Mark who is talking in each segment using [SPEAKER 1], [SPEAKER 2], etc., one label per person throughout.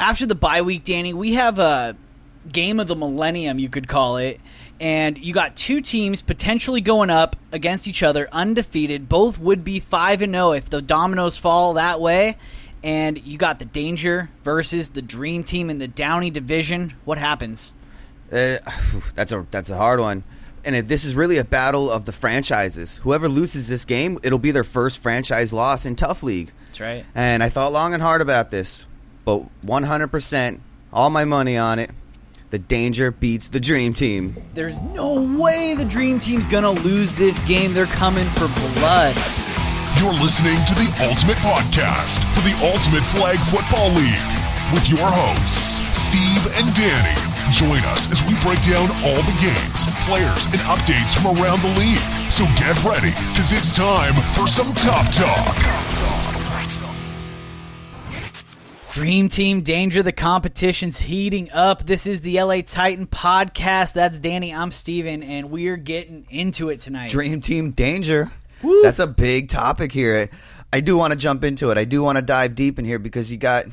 [SPEAKER 1] after the bye week, Danny, we have a game of the millennium, you could call it. And you got two teams potentially going up against each other, undefeated. Both would be five and zero if the dominoes fall that way. And you got the danger versus the dream team in the Downey division. What happens?
[SPEAKER 2] Uh, that's a that's a hard one. And it, this is really a battle of the franchises. Whoever loses this game, it'll be their first franchise loss in Tough League.
[SPEAKER 1] That's right.
[SPEAKER 2] And I thought long and hard about this, but 100%, all my money on it. The danger beats the dream team.
[SPEAKER 1] There's no way the dream team's gonna lose this game. They're coming for blood.
[SPEAKER 3] You're listening to the Ultimate Podcast for the Ultimate Flag Football League with your hosts, Steve and Danny. Join us as we break down all the games, players, and updates from around the league. So get ready, because it's time for some Top Talk.
[SPEAKER 1] Dream Team Danger, the competition's heating up. This is the LA Titan podcast. That's Danny, I'm Steven, and we're getting into it tonight.
[SPEAKER 2] Dream Team Danger. That's a big topic here. I do want to jump into it. I do want to dive deep in here because you got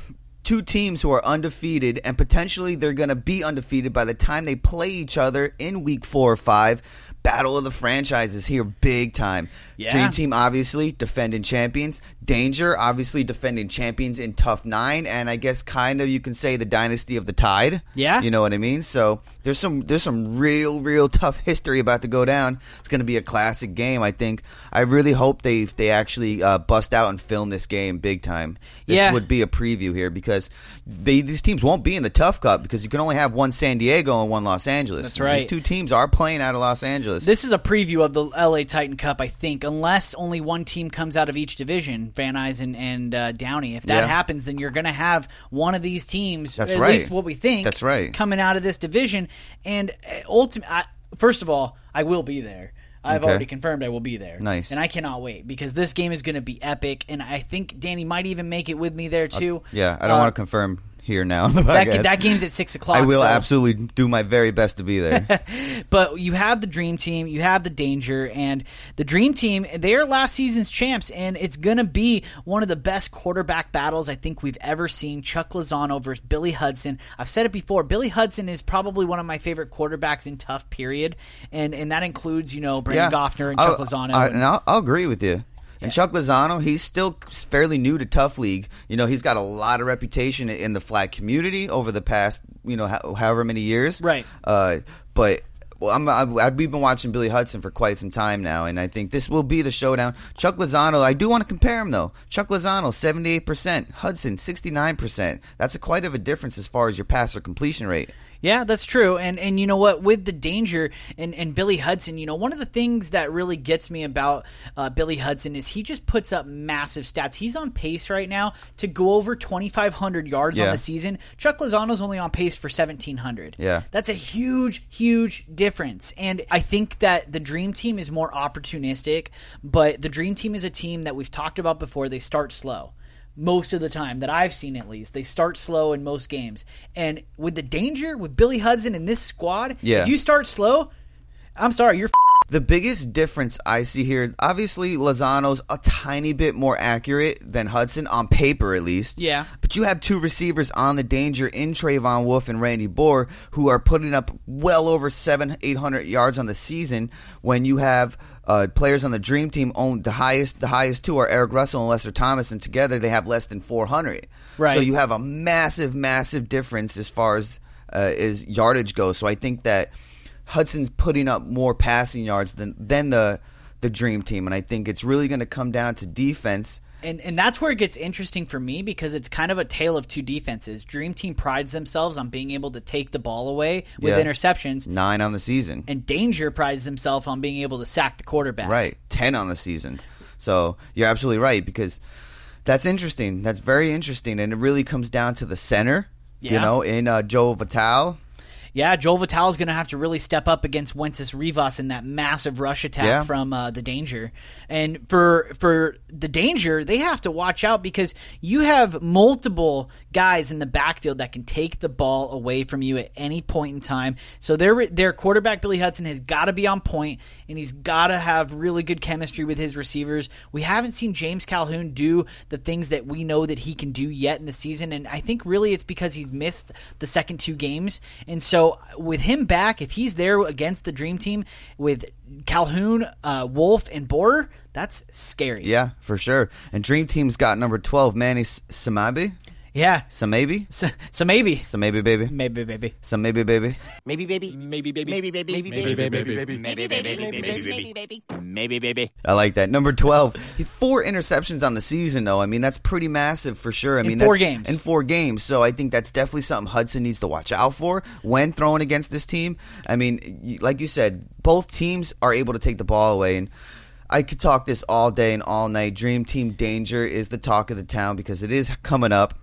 [SPEAKER 2] two teams who are undefeated and potentially they're going to be undefeated by the time they play each other in week 4 or 5. Battle of the franchises here big time.
[SPEAKER 1] Yeah.
[SPEAKER 2] Dream Team obviously defending champions. Danger obviously defending champions in Tough 9 and I guess kind of you can say the dynasty of the Tide.
[SPEAKER 1] Yeah.
[SPEAKER 2] You know what I mean? So there's some there's some real real tough history about to go down. It's going to be a classic game, I think. I really hope they they actually uh, bust out and film this game big time. This
[SPEAKER 1] Yeah.
[SPEAKER 2] would be a preview here because they these teams won't be in the Tough Cup because you can only have one San Diego and one Los Angeles.
[SPEAKER 1] That's right.
[SPEAKER 2] These two teams are playing out of Los Angeles.
[SPEAKER 1] This is a preview of the LA Titan Cup, I think, unless only one team comes out of each division, Van Eisen and uh, Downey. If that
[SPEAKER 2] Yeah.
[SPEAKER 1] happens, then you're going to have one of these teams,
[SPEAKER 2] That's
[SPEAKER 1] at
[SPEAKER 2] right.
[SPEAKER 1] least what we think,
[SPEAKER 2] That's right.
[SPEAKER 1] coming out of this division. And ultimately, first of all, I will be there. I've
[SPEAKER 2] Okay.
[SPEAKER 1] already confirmed I will be there.
[SPEAKER 2] Nice.
[SPEAKER 1] And I cannot wait because this game is going to be epic. And I think Danny might even make it with me there, too.
[SPEAKER 2] yeah, I don't
[SPEAKER 1] Uh,
[SPEAKER 2] want to confirm here now. on the
[SPEAKER 1] That,
[SPEAKER 2] podcast.
[SPEAKER 1] that game's at 6 o'clock.
[SPEAKER 2] I will
[SPEAKER 1] so-
[SPEAKER 2] absolutely do my very best to be there.
[SPEAKER 1] But you have the dream team, you have the danger, and the dream team, they are last season's champs, and it's going to be one of the best quarterback battles I think we've ever seen. Chuck Lozano versus Billy Hudson. I've said it before, Billy Hudson is probably one of my favorite quarterbacks in tough period, and, and that includes, you know, Brandon Goffner and Chuck
[SPEAKER 2] I'll-
[SPEAKER 1] Lozano.
[SPEAKER 2] I,
[SPEAKER 1] and-
[SPEAKER 2] and I'll, I'll agree with you. And Chuck Lozano, he's still fairly new to Tough League. You know, he's got a lot of reputation in the flag community over the past, you know, ho- however many years.
[SPEAKER 1] Right.
[SPEAKER 2] Uh, but well, I'm, I've, I've, we've been watching Billy Hudson for quite some time now, and I think this will be the showdown. Chuck Lozano, I do want to compare him, though. Chuck Lozano, 78%, Hudson, 69%. That's a quite of a difference as far as your passer completion rate.
[SPEAKER 1] Yeah, that's true. And and you know what, with the danger and and Billy Hudson, you know, one of the things that really gets me about uh, Billy Hudson is he just puts up massive stats. He's on pace right now to go over 2500 yards on
[SPEAKER 2] Yeah.
[SPEAKER 1] the season. Chuck Lozano's only on pace for 1700.
[SPEAKER 2] Yeah.
[SPEAKER 1] That's a huge huge difference. And I think that the dream team is more opportunistic, but the dream team is a team that we've talked about before. They start slow most of the time that I've seen at least. They start slow in most games. And with the danger with Billy Hudson and this squad,
[SPEAKER 2] Yeah.
[SPEAKER 1] if you start slow, I'm sorry, you're f-
[SPEAKER 2] The biggest difference I see here, obviously Lozano's a tiny bit more accurate than Hudson on paper, at least.
[SPEAKER 1] Yeah.
[SPEAKER 2] But you have two receivers on the danger in Trayvon Wolf and Randy Bohr who are putting up well over seven, eight hundred yards on the season. When you have uh, players on the Dream Team own the highest, the highest two are Eric Russell and Lester Thomas, and together they have less than four hundred.
[SPEAKER 1] Right.
[SPEAKER 2] So you have a massive, massive difference as far as uh, as yardage goes. So I think that. Hudson's putting up more passing yards than than the the dream team, and I think it's really going to come down to defense.
[SPEAKER 1] and, and that's where it gets interesting for me because it's kind of a tale of two defenses. Dream Team prides themselves on being able to take the ball away with
[SPEAKER 2] Yeah.
[SPEAKER 1] interceptions,
[SPEAKER 2] Nine on the season,
[SPEAKER 1] and Danger prides himself on being able to sack the quarterback.
[SPEAKER 2] right? Ten on the season. So you're absolutely right because that's interesting. That's very interesting, and it really comes down to the center. You
[SPEAKER 1] Yeah.
[SPEAKER 2] know, in uh, Joe Vital.
[SPEAKER 1] yeah, Joel Vital's going to have to really step up against Wences Rivas in that massive rush attack
[SPEAKER 2] Yeah.
[SPEAKER 1] from uh, the Danger. And for for the Danger, they have to watch out because you have multiple guys in the backfield that can take the ball away from you at any point in time. So their their quarterback Billy Hudson has got to be on point and he's got to have really good chemistry with his receivers. We haven't seen James Calhoun do the things that we know that he can do yet in the season and I think really it's because he's missed the second two games. And so with him back, if he's there against the dream team with Calhoun, uh, Wolf and Borer, that's scary.
[SPEAKER 2] Yeah, for sure. And Dream Team's got number 12, Manny S- Samabi.
[SPEAKER 1] Yeah.
[SPEAKER 2] Samabi?
[SPEAKER 1] So, so maybe
[SPEAKER 2] Samabi, baby.
[SPEAKER 1] maybe maybe.
[SPEAKER 2] Samabi, baby.
[SPEAKER 4] Maybe baby. Maybe baby. Maybe baby. Maybe baby.
[SPEAKER 5] Maybe baby, maybe baby, maybe baby.
[SPEAKER 4] Maybe baby.
[SPEAKER 2] I like that. Number 12. He- Four interceptions on the season, though. I mean, that's pretty massive for sure. I mean,
[SPEAKER 1] four
[SPEAKER 2] that's-
[SPEAKER 1] games.
[SPEAKER 2] In four games. So I think that's definitely something Hudson needs to watch out for when throwing against this team. I mean, y- like you said, both teams are able to take the ball away. And I could talk this all day and all night. Dream Team Danger is the talk of the town because it is coming up.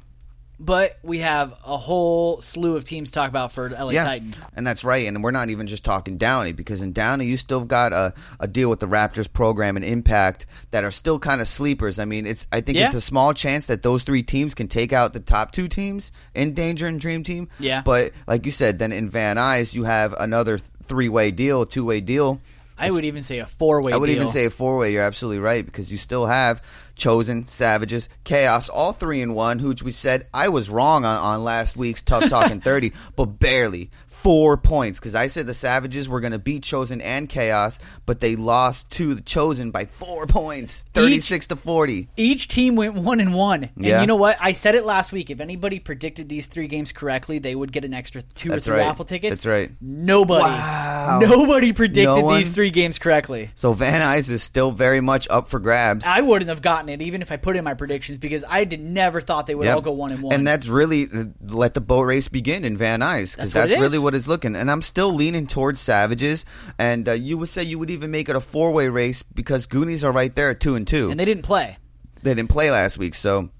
[SPEAKER 1] But we have a whole slew of teams to talk about for LA Titan.
[SPEAKER 2] And that's right. And we're not even just talking Downey because in Downey, you still got a, a deal with the Raptors program and Impact that are still kind of sleepers. I mean, it's I think
[SPEAKER 1] Yeah.
[SPEAKER 2] it's a small chance that those three teams can take out the top two teams in Danger and Dream Team.
[SPEAKER 1] Yeah.
[SPEAKER 2] But like you said, then in Van Nuys, you have another three way deal, two way deal.
[SPEAKER 1] I would even say a four-way.
[SPEAKER 2] I would even
[SPEAKER 1] deal.
[SPEAKER 2] say a four way. You're absolutely right because you still have Chosen, Savages, Chaos, all three in one, which we said I was wrong on, on last week's Tough Talking 30, but barely. Four points because I said the Savages were going to beat Chosen and Chaos, but they lost to the Chosen by four points 36 to 40.
[SPEAKER 1] each team went one and one. And
[SPEAKER 2] Yeah.
[SPEAKER 1] you know what? I said it last week. If anybody predicted these three games correctly, they would get an extra two
[SPEAKER 2] That's
[SPEAKER 1] or three
[SPEAKER 2] right.
[SPEAKER 1] raffle tickets.
[SPEAKER 2] That's right.
[SPEAKER 1] Nobody, nobody predicted
[SPEAKER 2] No one-
[SPEAKER 1] these three games correctly.
[SPEAKER 2] So Van Nuys is still very much up for grabs.
[SPEAKER 1] I wouldn't have gotten it even if I put in my predictions because I did never thought they would
[SPEAKER 2] Yep.
[SPEAKER 1] all go one and one.
[SPEAKER 2] And that's really uh, let the boat race begin in Van
[SPEAKER 1] That's
[SPEAKER 2] Nuys because
[SPEAKER 1] what
[SPEAKER 2] that's,
[SPEAKER 1] it is.
[SPEAKER 2] really what it's looking. And I'm still leaning towards Savages. And uh, you would say you would even make it a four way race because Goonies are right there at two and two.
[SPEAKER 1] and they didn't play.
[SPEAKER 2] they didn't play last week, so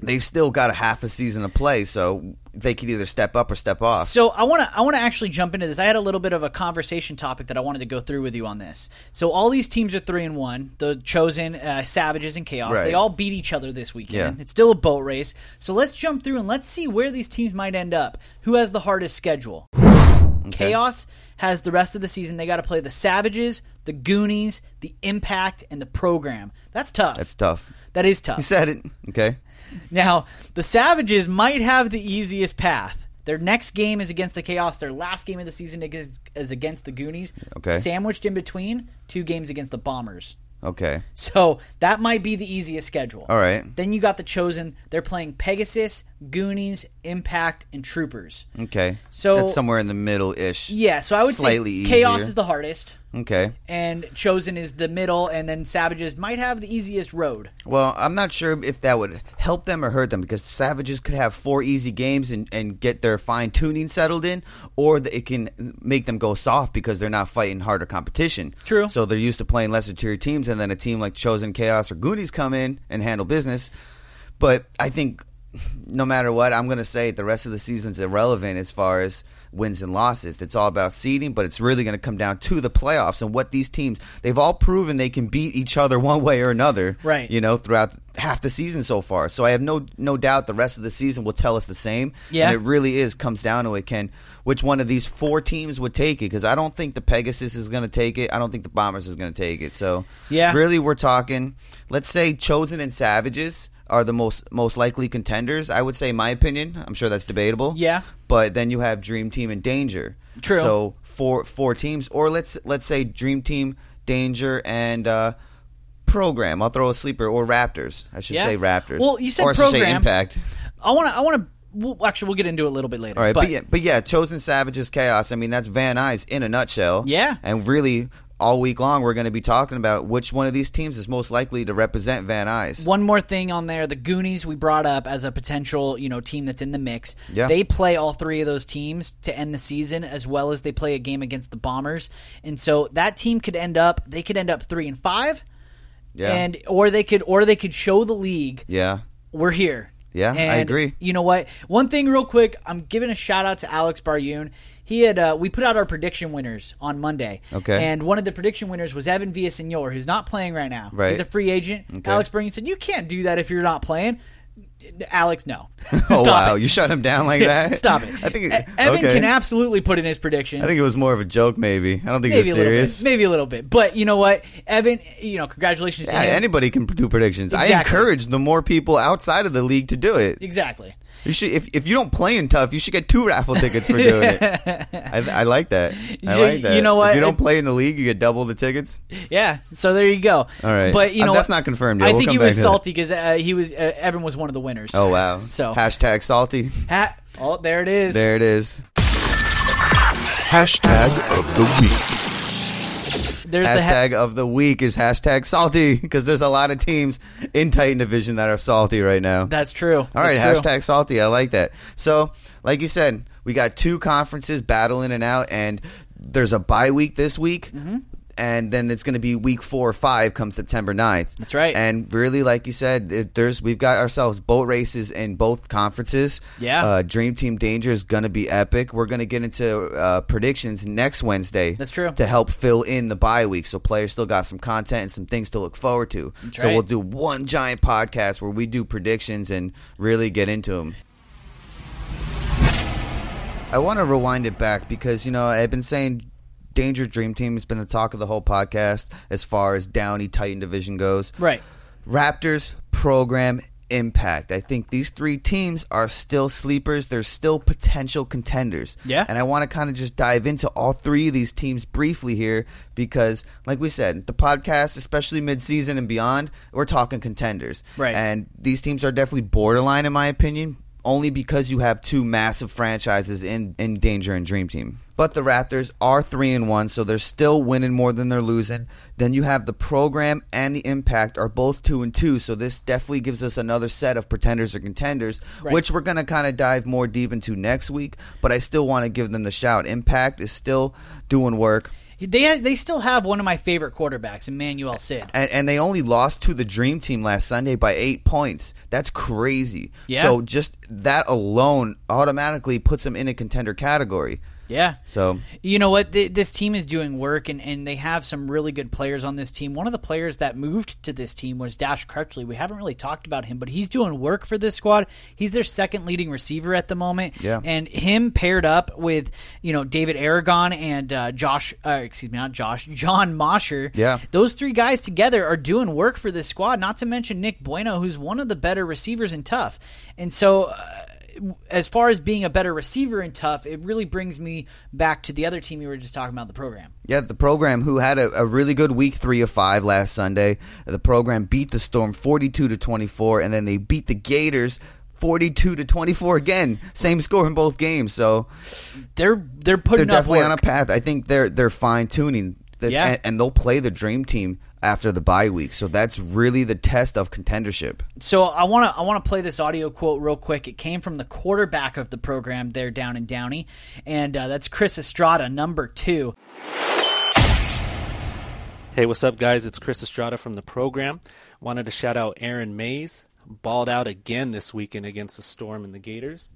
[SPEAKER 2] they've still got a half a season to play. So they could either step up or step off.
[SPEAKER 1] So I want to I want to actually jump into this. I had a little bit of a conversation topic that I wanted to go through with you on this. So all these teams are three and one. The chosen uh, savages and chaos.
[SPEAKER 2] Right.
[SPEAKER 1] They all beat each other this weekend.
[SPEAKER 2] Yeah.
[SPEAKER 1] It's still a boat race. So let's jump through and let's see where these teams might end up. Who has the hardest schedule? Chaos has the rest of the season. They got to play the Savages, the Goonies, the Impact, and the Program. That's tough.
[SPEAKER 2] That's tough.
[SPEAKER 1] That is tough.
[SPEAKER 2] You said it. Okay.
[SPEAKER 1] Now, the Savages might have the easiest path. Their next game is against the Chaos. Their last game of the season is is against the Goonies.
[SPEAKER 2] Okay.
[SPEAKER 1] Sandwiched in between, two games against the Bombers.
[SPEAKER 2] Okay.
[SPEAKER 1] So that might be the easiest schedule.
[SPEAKER 2] All right.
[SPEAKER 1] Then you got the Chosen. They're playing Pegasus, Goonies, Impact, and Troopers.
[SPEAKER 2] Okay.
[SPEAKER 1] So-
[SPEAKER 2] that's somewhere in the middle ish.
[SPEAKER 1] Yeah, so I would
[SPEAKER 2] Slightly
[SPEAKER 1] say Chaos
[SPEAKER 2] easier.
[SPEAKER 1] is the hardest,
[SPEAKER 2] Okay.
[SPEAKER 1] and Chosen is the middle, and then Savages might have the easiest road.
[SPEAKER 2] Well, I'm not sure if that would help them or hurt them because the Savages could have four easy games and, and get their fine tuning settled in, or the, it can make them go soft because they're not fighting harder competition.
[SPEAKER 1] True.
[SPEAKER 2] So they're used to playing lesser tier teams, and then a team like Chosen Chaos or Goonies come in and handle business. But I think no matter what, I'm going to say the rest of the season's irrelevant as far as wins and losses. It's all about seeding, but it's really going to come down to the playoffs and what these teams, they've all proven they can beat each other one way or another
[SPEAKER 1] Right.
[SPEAKER 2] you know throughout half the season so far so i have no no doubt the rest of the season will tell us the same
[SPEAKER 1] Yeah.
[SPEAKER 2] and it really is comes down to it ken which one of these four teams would take it because i don't think the pegasus is going to take it i don't think the bombers is going to take it so
[SPEAKER 1] Yeah.
[SPEAKER 2] really we're talking let's say chosen and savages are the most most likely contenders i would say in my opinion i'm sure that's debatable
[SPEAKER 1] Yeah.
[SPEAKER 2] but then you have dream team and danger
[SPEAKER 1] True.
[SPEAKER 2] so four four teams or let's let's say dream team danger and uh program. I'll throw a sleeper or Raptors. I should
[SPEAKER 1] Yeah.
[SPEAKER 2] say Raptors.
[SPEAKER 1] Well, you said
[SPEAKER 2] or I should say
[SPEAKER 1] program.
[SPEAKER 2] Impact.
[SPEAKER 1] I want to. I want to. We'll, actually, we'll get into it a little bit later.
[SPEAKER 2] All right, but, yeah, but yeah, Chosen Savages Chaos. I mean, that's Van Nuys in a nutshell.
[SPEAKER 1] Yeah.
[SPEAKER 2] and really. All week long, we're going to be talking about which one of these teams is most likely to represent Van Nuys.
[SPEAKER 1] One more thing on there: the Goonies we brought up as a potential, you know, team that's in the mix.
[SPEAKER 2] Yeah.
[SPEAKER 1] They play all three of those teams to end the season, as well as they play a game against the Bombers, and so that team could end up they could end up three and five,
[SPEAKER 2] Yeah,
[SPEAKER 1] and or they could or they could show the league
[SPEAKER 2] yeah,
[SPEAKER 1] we're here.
[SPEAKER 2] Yeah, I
[SPEAKER 1] And
[SPEAKER 2] agree.
[SPEAKER 1] You know what? One thing, real quick, I'm giving a shout out to Alex Baryun. He had uh, we put out our prediction winners on Monday.
[SPEAKER 2] Okay.
[SPEAKER 1] And one of the prediction winners was Evan Villasenor, who's not playing right now.
[SPEAKER 2] Right.
[SPEAKER 1] He's a free agent.
[SPEAKER 2] Okay.
[SPEAKER 1] Alex Baryun said, "You can't do that if you're not playing." Alex, no.
[SPEAKER 2] oh
[SPEAKER 1] Stop
[SPEAKER 2] wow,
[SPEAKER 1] it.
[SPEAKER 2] you shut him down like that?
[SPEAKER 1] Stop it.
[SPEAKER 2] I think
[SPEAKER 1] E- Evan
[SPEAKER 2] okay.
[SPEAKER 1] can absolutely put in his predictions.
[SPEAKER 2] I think it was more of a joke, maybe. I don't think
[SPEAKER 1] maybe
[SPEAKER 2] it
[SPEAKER 1] a
[SPEAKER 2] was
[SPEAKER 1] little
[SPEAKER 2] serious.
[SPEAKER 1] bit. Maybe a little bit. But you know what, Evan? You know, congratulations.
[SPEAKER 2] Yeah,
[SPEAKER 1] to him.
[SPEAKER 2] anybody can do predictions. I
[SPEAKER 1] Exactly.
[SPEAKER 2] encourage the more people outside of the league to do it.
[SPEAKER 1] Exactly.
[SPEAKER 2] You should, if, if you don't play in tough, you should get two raffle tickets for doing it. I, I like that. I
[SPEAKER 1] So,
[SPEAKER 2] like that.
[SPEAKER 1] you know what?
[SPEAKER 2] If you don't play in the league, you get double the tickets.
[SPEAKER 1] Yeah. So there you go.
[SPEAKER 2] All right.
[SPEAKER 1] But you
[SPEAKER 2] Uh,
[SPEAKER 1] know
[SPEAKER 2] that's
[SPEAKER 1] what?
[SPEAKER 2] not confirmed yet.
[SPEAKER 1] I
[SPEAKER 2] We'll
[SPEAKER 1] think he
[SPEAKER 2] come back
[SPEAKER 1] was
[SPEAKER 2] to
[SPEAKER 1] salty because uh, he was uh, Evan was one of the winners.
[SPEAKER 2] Oh wow!
[SPEAKER 1] So-
[SPEAKER 2] hashtag salty.
[SPEAKER 1] Ha- oh, there it is.
[SPEAKER 2] There it is.
[SPEAKER 3] Hashtag of the week.
[SPEAKER 1] There's the ha-
[SPEAKER 2] Hashtag of the week is hashtag salty because there's a lot of teams in Titan Division that are salty right now.
[SPEAKER 1] that's true.
[SPEAKER 2] All right,
[SPEAKER 1] That's true.
[SPEAKER 2] hashtag salty. I like that. So, like you said, we got two conferences battling and out, and there's a bye week this week.
[SPEAKER 1] Mm-hmm.
[SPEAKER 2] And then it's going to be week four or five come September 9th.
[SPEAKER 1] That's right.
[SPEAKER 2] And really, like you said, it, there's we've got ourselves boat races in both conferences.
[SPEAKER 1] Yeah.
[SPEAKER 2] Uh, Dream Team Danger is going to be epic. We're going to get into uh, predictions next Wednesday.
[SPEAKER 1] That's true.
[SPEAKER 2] To help fill in the bye week. So players still got some content and some things to look forward to. so
[SPEAKER 1] right.
[SPEAKER 2] we'll do one giant podcast where we do predictions and really get into them. I want to rewind it back because you know I've been saying Danger Dream Team has been the talk of the whole podcast as far as Downey Titan division goes.
[SPEAKER 1] Right.
[SPEAKER 2] Raptors program impact. I think these three teams are still sleepers. They're still potential contenders.
[SPEAKER 1] Yeah.
[SPEAKER 2] And I want to kind of just dive into all three of these teams briefly here because, like we said, the podcast, especially midseason and beyond, we're talking contenders.
[SPEAKER 1] Right.
[SPEAKER 2] And these teams are definitely borderline, in my opinion. Only because you have two massive franchises in, in Danger and Dream Team. But the Raptors are three and one, so they're still winning more than they're losing. Then you have the program and the impact are both two and two, so this definitely gives us another set of pretenders or contenders,
[SPEAKER 1] Right.
[SPEAKER 2] which we're gonna kinda dive more deep into next week, but I still wanna give them the shout. Impact is still doing work.
[SPEAKER 1] They they still have one of my favorite quarterbacks, Emmanuel Sid.
[SPEAKER 2] and, and they only lost to the Dream Team last Sunday by eight points. That's crazy.
[SPEAKER 1] Yeah.
[SPEAKER 2] So just that alone automatically puts them in a contender category.
[SPEAKER 1] Yeah.
[SPEAKER 2] So
[SPEAKER 1] You know what? Th- This team is doing work, and, and they have some really good players on this team. One of the players that moved to this team was Dash Crutchley. We haven't really talked about him, but he's doing work for this squad. He's their second leading receiver at the moment.
[SPEAKER 2] Yeah.
[SPEAKER 1] And him paired up with, you know, David Aragon and uh, Josh, uh, excuse me, not Josh, John Mosher.
[SPEAKER 2] Yeah.
[SPEAKER 1] Those three guys together are doing work for this squad, not to mention Nick Bueno, who's one of the better receivers in tough. And so. Uh, as far as being a better receiver and tough, it really brings me back to the other team you were just talking about, the program.
[SPEAKER 2] Yeah, the program who had a, a really good week three of five last Sunday. The program beat the Storm forty-two to twenty-four, and then they beat the Gators forty-two to twenty-four again. Same score in both games. So
[SPEAKER 1] They're they're putting
[SPEAKER 2] they're
[SPEAKER 1] up
[SPEAKER 2] definitely on a
[SPEAKER 1] work.
[SPEAKER 2] path. I think they're they're fine tuning.
[SPEAKER 1] Yeah.
[SPEAKER 2] And, and they'll play the Dream Team after the bye week. So that's really the test of contendership.
[SPEAKER 1] so I want to I want to play this audio quote real quick. It came from the quarterback of the program there down in Downey, and uh, that's Chris Estrada, number two.
[SPEAKER 6] Hey, what's up, guys? It's Chris Estrada from the program. Wanted to shout out Aaron Mays. Balled out again this weekend against the Storm and the Gators.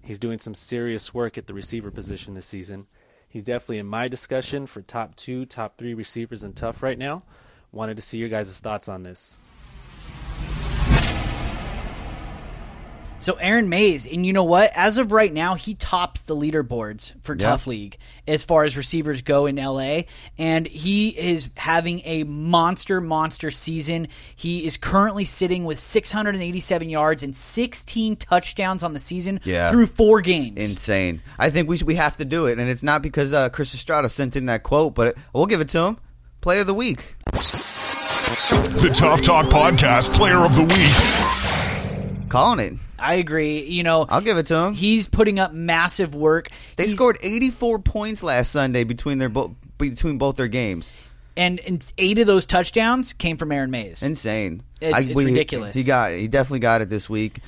[SPEAKER 6] He's doing some serious work at the receiver position this season. He's definitely in my discussion for top two, top three receivers in tough right now. Wanted to see your guys' thoughts on this.
[SPEAKER 1] So Aaron Mays, and you know what? As of right now, he tops the leaderboards for
[SPEAKER 2] Yeah.
[SPEAKER 1] Tough League as far as receivers go in LA, and he is having a monster, monster season. He is currently sitting with 687 yards and 16 touchdowns on the season
[SPEAKER 2] Yeah.
[SPEAKER 1] through four games.
[SPEAKER 2] Insane. I think we should, we have to do it, and it's not because uh, Chris Estrada sent in that quote, but we'll give it to him. Player of the week.
[SPEAKER 3] The Tough Talk Podcast Player of the Week.
[SPEAKER 2] Calling it.
[SPEAKER 1] I agree. You know,
[SPEAKER 2] I'll give it to him.
[SPEAKER 1] he's putting up massive work.
[SPEAKER 2] They
[SPEAKER 1] He's-
[SPEAKER 2] scored 84 points last Sunday between their bo- between both their games.
[SPEAKER 1] and, and eight of those touchdowns came from Aaron Mays.
[SPEAKER 2] Insane.
[SPEAKER 1] It's- it's ridiculous.
[SPEAKER 2] He got it. He definitely got it this week.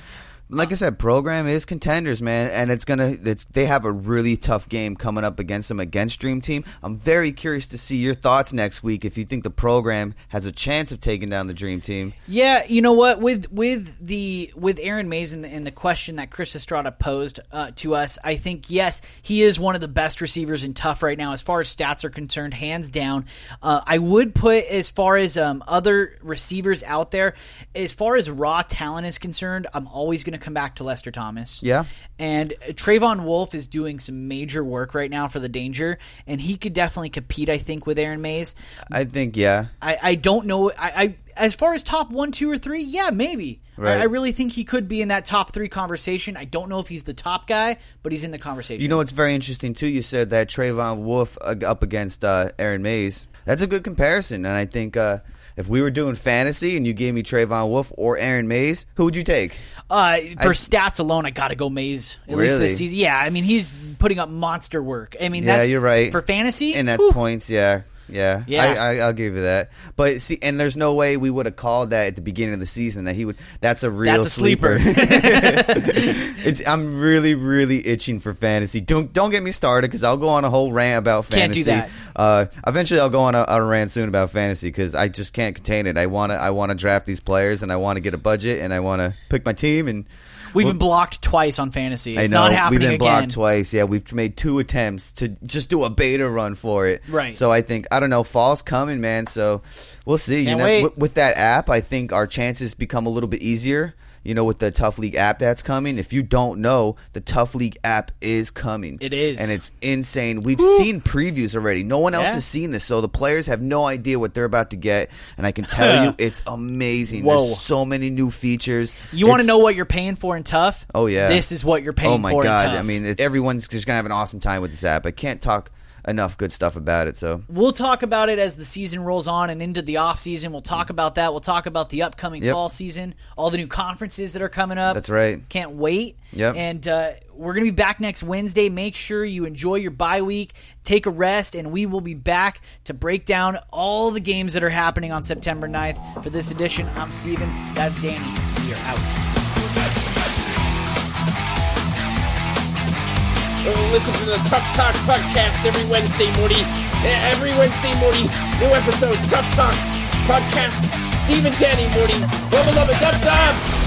[SPEAKER 2] Like I said, program is contenders, man, and it's gonna. It's, they have a really tough game coming up against them against Dream Team. I'm very curious to see your thoughts next week if you think the program has a chance of taking down the Dream Team.
[SPEAKER 1] Yeah, you know what with with the with Aaron Mays and the, and the question that Chris Estrada posed uh, to us, I think yes, he is one of the best receivers in tough right now as far as stats are concerned, hands down. Uh, I would put as far as um, other receivers out there, as far as raw talent is concerned, I'm always going to come back to Lester Thomas.
[SPEAKER 2] Yeah.
[SPEAKER 1] And Trayvon Wolf is doing some major work right now for the Danger, and he could definitely compete. I think with Aaron Mays.
[SPEAKER 2] I think, yeah,
[SPEAKER 1] I, I don't know. I, I as far as top one, two, or three, yeah, maybe.
[SPEAKER 2] Right.
[SPEAKER 1] I, I really think he could be in that top three conversation. I don't know if he's the top guy, but he's in the conversation.
[SPEAKER 2] You know what's very interesting too? You said that Trayvon Wolf uh, up against uh, Aaron Mays. That's a good comparison, and I think uh, if we were doing fantasy and you gave me Trayvon Wolf or Aaron Mays, who would you take?
[SPEAKER 1] uh, for stats alone, I gotta go Mays at least
[SPEAKER 2] Really?
[SPEAKER 1] this season. Yeah, I mean he's putting up monster work. I mean,
[SPEAKER 2] Yeah,
[SPEAKER 1] that's,
[SPEAKER 2] you're right.
[SPEAKER 1] for fantasy.
[SPEAKER 2] And that's
[SPEAKER 1] whew,
[SPEAKER 2] points, yeah. Yeah,
[SPEAKER 1] Yeah.
[SPEAKER 2] I, I, I'll give you that. But see, and there's no way we would have called that at the beginning of the season that he would. That's a real
[SPEAKER 1] that's a sleeper.
[SPEAKER 2] it's I'm really really itching for fantasy. Don't don't get me started because I'll go on a whole rant about
[SPEAKER 1] Can't do
[SPEAKER 2] fantasy.
[SPEAKER 1] that.
[SPEAKER 2] Uh, eventually I'll go on a, a rant soon about fantasy because I just can't contain it. I wanna I wanna draft these players and I wanna get a budget and I wanna pick my team and
[SPEAKER 1] We've been blocked twice on fantasy. It's
[SPEAKER 2] I know
[SPEAKER 1] not happening
[SPEAKER 2] we've been blocked
[SPEAKER 1] again.
[SPEAKER 2] twice. Yeah, we've made two attempts to just do a beta run for it.
[SPEAKER 1] Right.
[SPEAKER 2] So I think I don't know. Fall's coming, man. So we'll see. you
[SPEAKER 1] Can't
[SPEAKER 2] know,
[SPEAKER 1] wait.
[SPEAKER 2] With, with that app, I think our chances become a little bit easier. You know, with the Tough League app that's coming. If you don't know, the Tough League app is coming.
[SPEAKER 1] It is.
[SPEAKER 2] and it's insane. We've seen previews already. No one else
[SPEAKER 1] Yeah.
[SPEAKER 2] has seen this, so the players have no idea what they're about to get. And I can tell you, it's amazing.
[SPEAKER 1] Whoa.
[SPEAKER 2] There's so many new features.
[SPEAKER 1] You want to
[SPEAKER 2] It's-
[SPEAKER 1] know what you're paying for in tough?
[SPEAKER 2] Oh, yeah.
[SPEAKER 1] this is what you're paying.
[SPEAKER 2] Oh my
[SPEAKER 1] for
[SPEAKER 2] god!
[SPEAKER 1] In tough.
[SPEAKER 2] I mean, it, everyone's just gonna have an awesome time with this app. I can't talk enough good stuff about it. So
[SPEAKER 1] we'll talk about it as the season rolls on and into the off season. We'll talk about that. We'll talk about the upcoming
[SPEAKER 2] Yep.
[SPEAKER 1] fall season, all the new conferences that are coming up.
[SPEAKER 2] That's right.
[SPEAKER 1] Can't wait.
[SPEAKER 2] Yep.
[SPEAKER 1] And uh, we're gonna be back next Wednesday. Make sure you enjoy your bye week, take a rest, and we will be back to break down all the games that are happening on September 9th. For this edition, I'm Steven. That's Danny. We are out.
[SPEAKER 7] Listen to the Tough Talk podcast every Wednesday, Morty. E- Every Wednesday, Morty. New episode, Tough Talk podcast. Steve and Danny, Morty. Love, love, love, love, love.